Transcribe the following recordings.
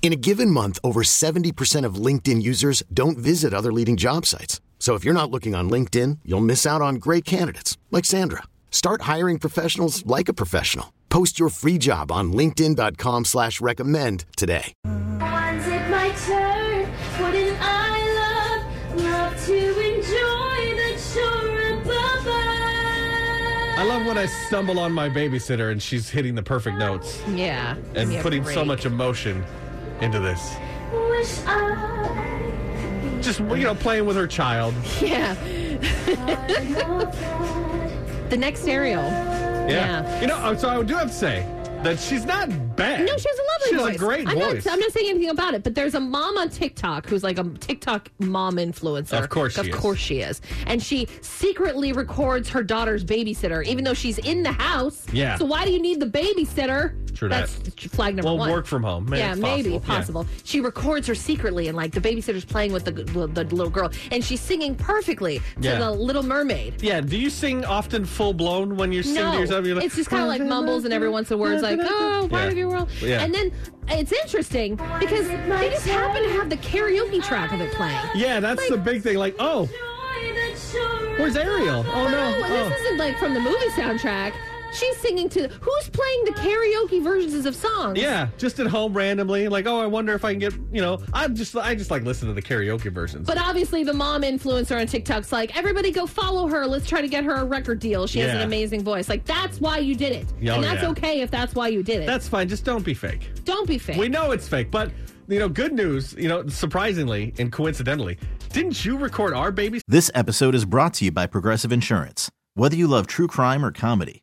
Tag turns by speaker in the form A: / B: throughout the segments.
A: In a given month, over 70% of LinkedIn users don't visit other leading job sites. So if you're not looking on LinkedIn, you'll miss out on great candidates like Sandra. Start hiring professionals like a professional. Post your free job on linkedin.com slash recommend today.
B: When's it my turn? Wouldn't I love, love to enjoy the chore above us?
C: I love when I stumble on my babysitter and she's hitting the perfect notes
D: Yeah.
C: and
D: Give me a
C: putting so
D: break.
C: much emotion into this.
B: Wish I
C: Just you know, playing with her child.
D: Yeah. the next Ariel.
C: Yeah.
D: Yeah.
C: You know, uh, so I do have to say that she's not bad.
D: No, she has a lovely
C: She has
D: voice.
C: a great
D: I'm
C: voice.
D: Not, I'm not saying anything about it, but there's a mom on TikTok who's like a TikTok mom influencer.
C: Of course she
D: of
C: is.
D: course she is, and she secretly records her daughter's babysitter, even though she's in the house.
C: Yeah.
D: So why do you need the babysitter?
C: True
D: That's flag number
C: well,
D: one.
C: work from home. Maybe
D: yeah,
C: it's
D: maybe
C: possible. Yeah.
D: possible. She records her secretly, and like the babysitter's playing with the, the, the little girl, and she's singing perfectly to
C: Yeah.
D: the Little Mermaid.
C: Yeah. Do you sing often full blown when you sing to
D: No,
C: yourself? You're like,
D: it's just kind of like mumbles, and every once in a while, it's like, "Oh, part
C: Yeah.
D: of your world."
C: Yeah.
D: And then it's interesting because they just happen to have the karaoke track of it playing.
C: Yeah, that's the big thing. Like, oh,
B: enjoy the chore
C: where's Ariel? Oh no.
D: Oh, and
C: Oh.
D: this isn't like from the movie soundtrack. She's singing to who's playing the karaoke versions of songs.
C: Yeah, just at home randomly. Like, oh, I wonder if I can get, you know, I'm just, I just like listen to the karaoke versions.
D: But obviously, the mom influencer on TikTok's like, everybody go follow her. Let's try to get her a record deal. She has
C: Yeah.
D: an amazing voice. Like, that's why you did it.
C: Yeah,
D: and
C: oh,
D: that's
C: yeah.
D: okay if that's why you did it.
C: that's fine. Just don't be fake.
D: Don't be fake.
C: We know it's fake, but you know, good news. You know, surprisingly and coincidentally, didn't you record our baby?
E: This episode is brought to you by Progressive Insurance. Whether you love true crime or comedy,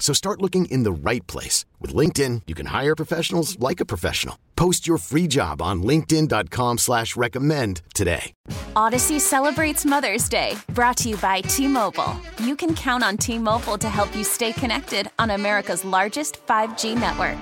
A: So start looking in the right place. With LinkedIn, you can hire professionals like a professional. Post your free job on linkedin.com/recommend slash recommend today.
F: Odyssey celebrates Mother's Day, brought to you by T Mobile. You can count on T Mobile to help you stay connected on America's largest 5G network.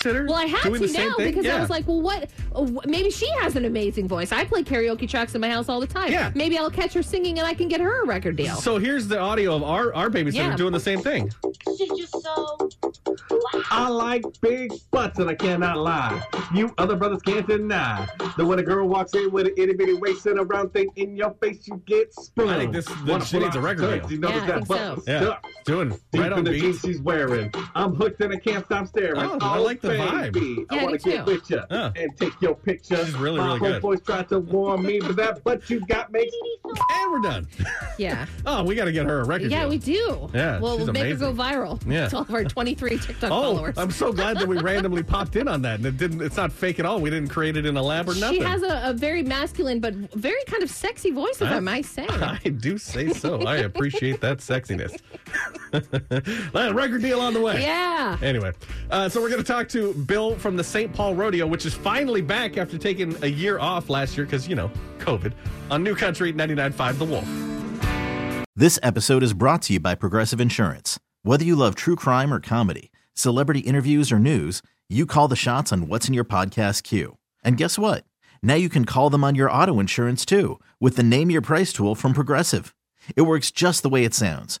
C: Consider
D: Well, I had
C: doing
D: to
C: the same
D: now
C: thing?
D: because
C: Yeah.
D: I was like, well, what? uh, wh- Maybe she has an amazing voice. I play karaoke tracks in my house all the time.
C: Yeah.
D: Maybe I'll catch her singing and I can get her a record deal.
C: So here's the audio of our our babysitter
D: Yeah.
C: doing the same thing.
B: She's just so
C: I like big butts and I cannot lie. You other brothers can't deny that when a girl walks in with an itty bitty waist and a round thing in your face, you get spooned. I think this that she needs a record deal.
D: Yeah, I think so.
C: Yeah, doing right on beat.
G: she's wearing. I'm hooked and I can't stop staring.
C: Oh, I like the vibe.
G: baby,
D: Yeah,
G: I
D: I
G: want
D: do
G: to get
D: too.
G: with you
C: Yeah.
G: and take your picture.
C: She's really,
G: My
C: really good.
G: homeboys tried to warn me, but that butt you got makes
C: And we're done.
D: yeah.
C: Oh, we got to get her a record
D: Yeah,
C: deal.
D: we do.
C: Yeah,
D: Well,
C: she's
D: we'll make her
C: amazing.
D: go viral.
C: Yeah.
D: To all of our 23 TikTok
C: Oh,
D: followers.
C: I'm so glad that we randomly popped in on that, and it didn't. It's not fake at all. We didn't create it in a lab or nothing.
D: She has a, a very masculine but very kind of sexy voice, if I might say.
C: I do say so. I appreciate that sexiness. That record deal on the way.
D: yeah.
C: Anyway, uh, so we're going to talk to Bill from the St. Paul Rodeo, which is finally back after taking a year off last year because, you know, COVID, on New Country 99.5 The Wolf.
E: This episode is brought to you by Progressive Insurance. Whether you love true crime or comedy, celebrity interviews or news, you call the shots on what's in your podcast queue. And guess what? Now you can call them on your auto insurance too with the Name Your Price tool from Progressive. It works just the way it sounds.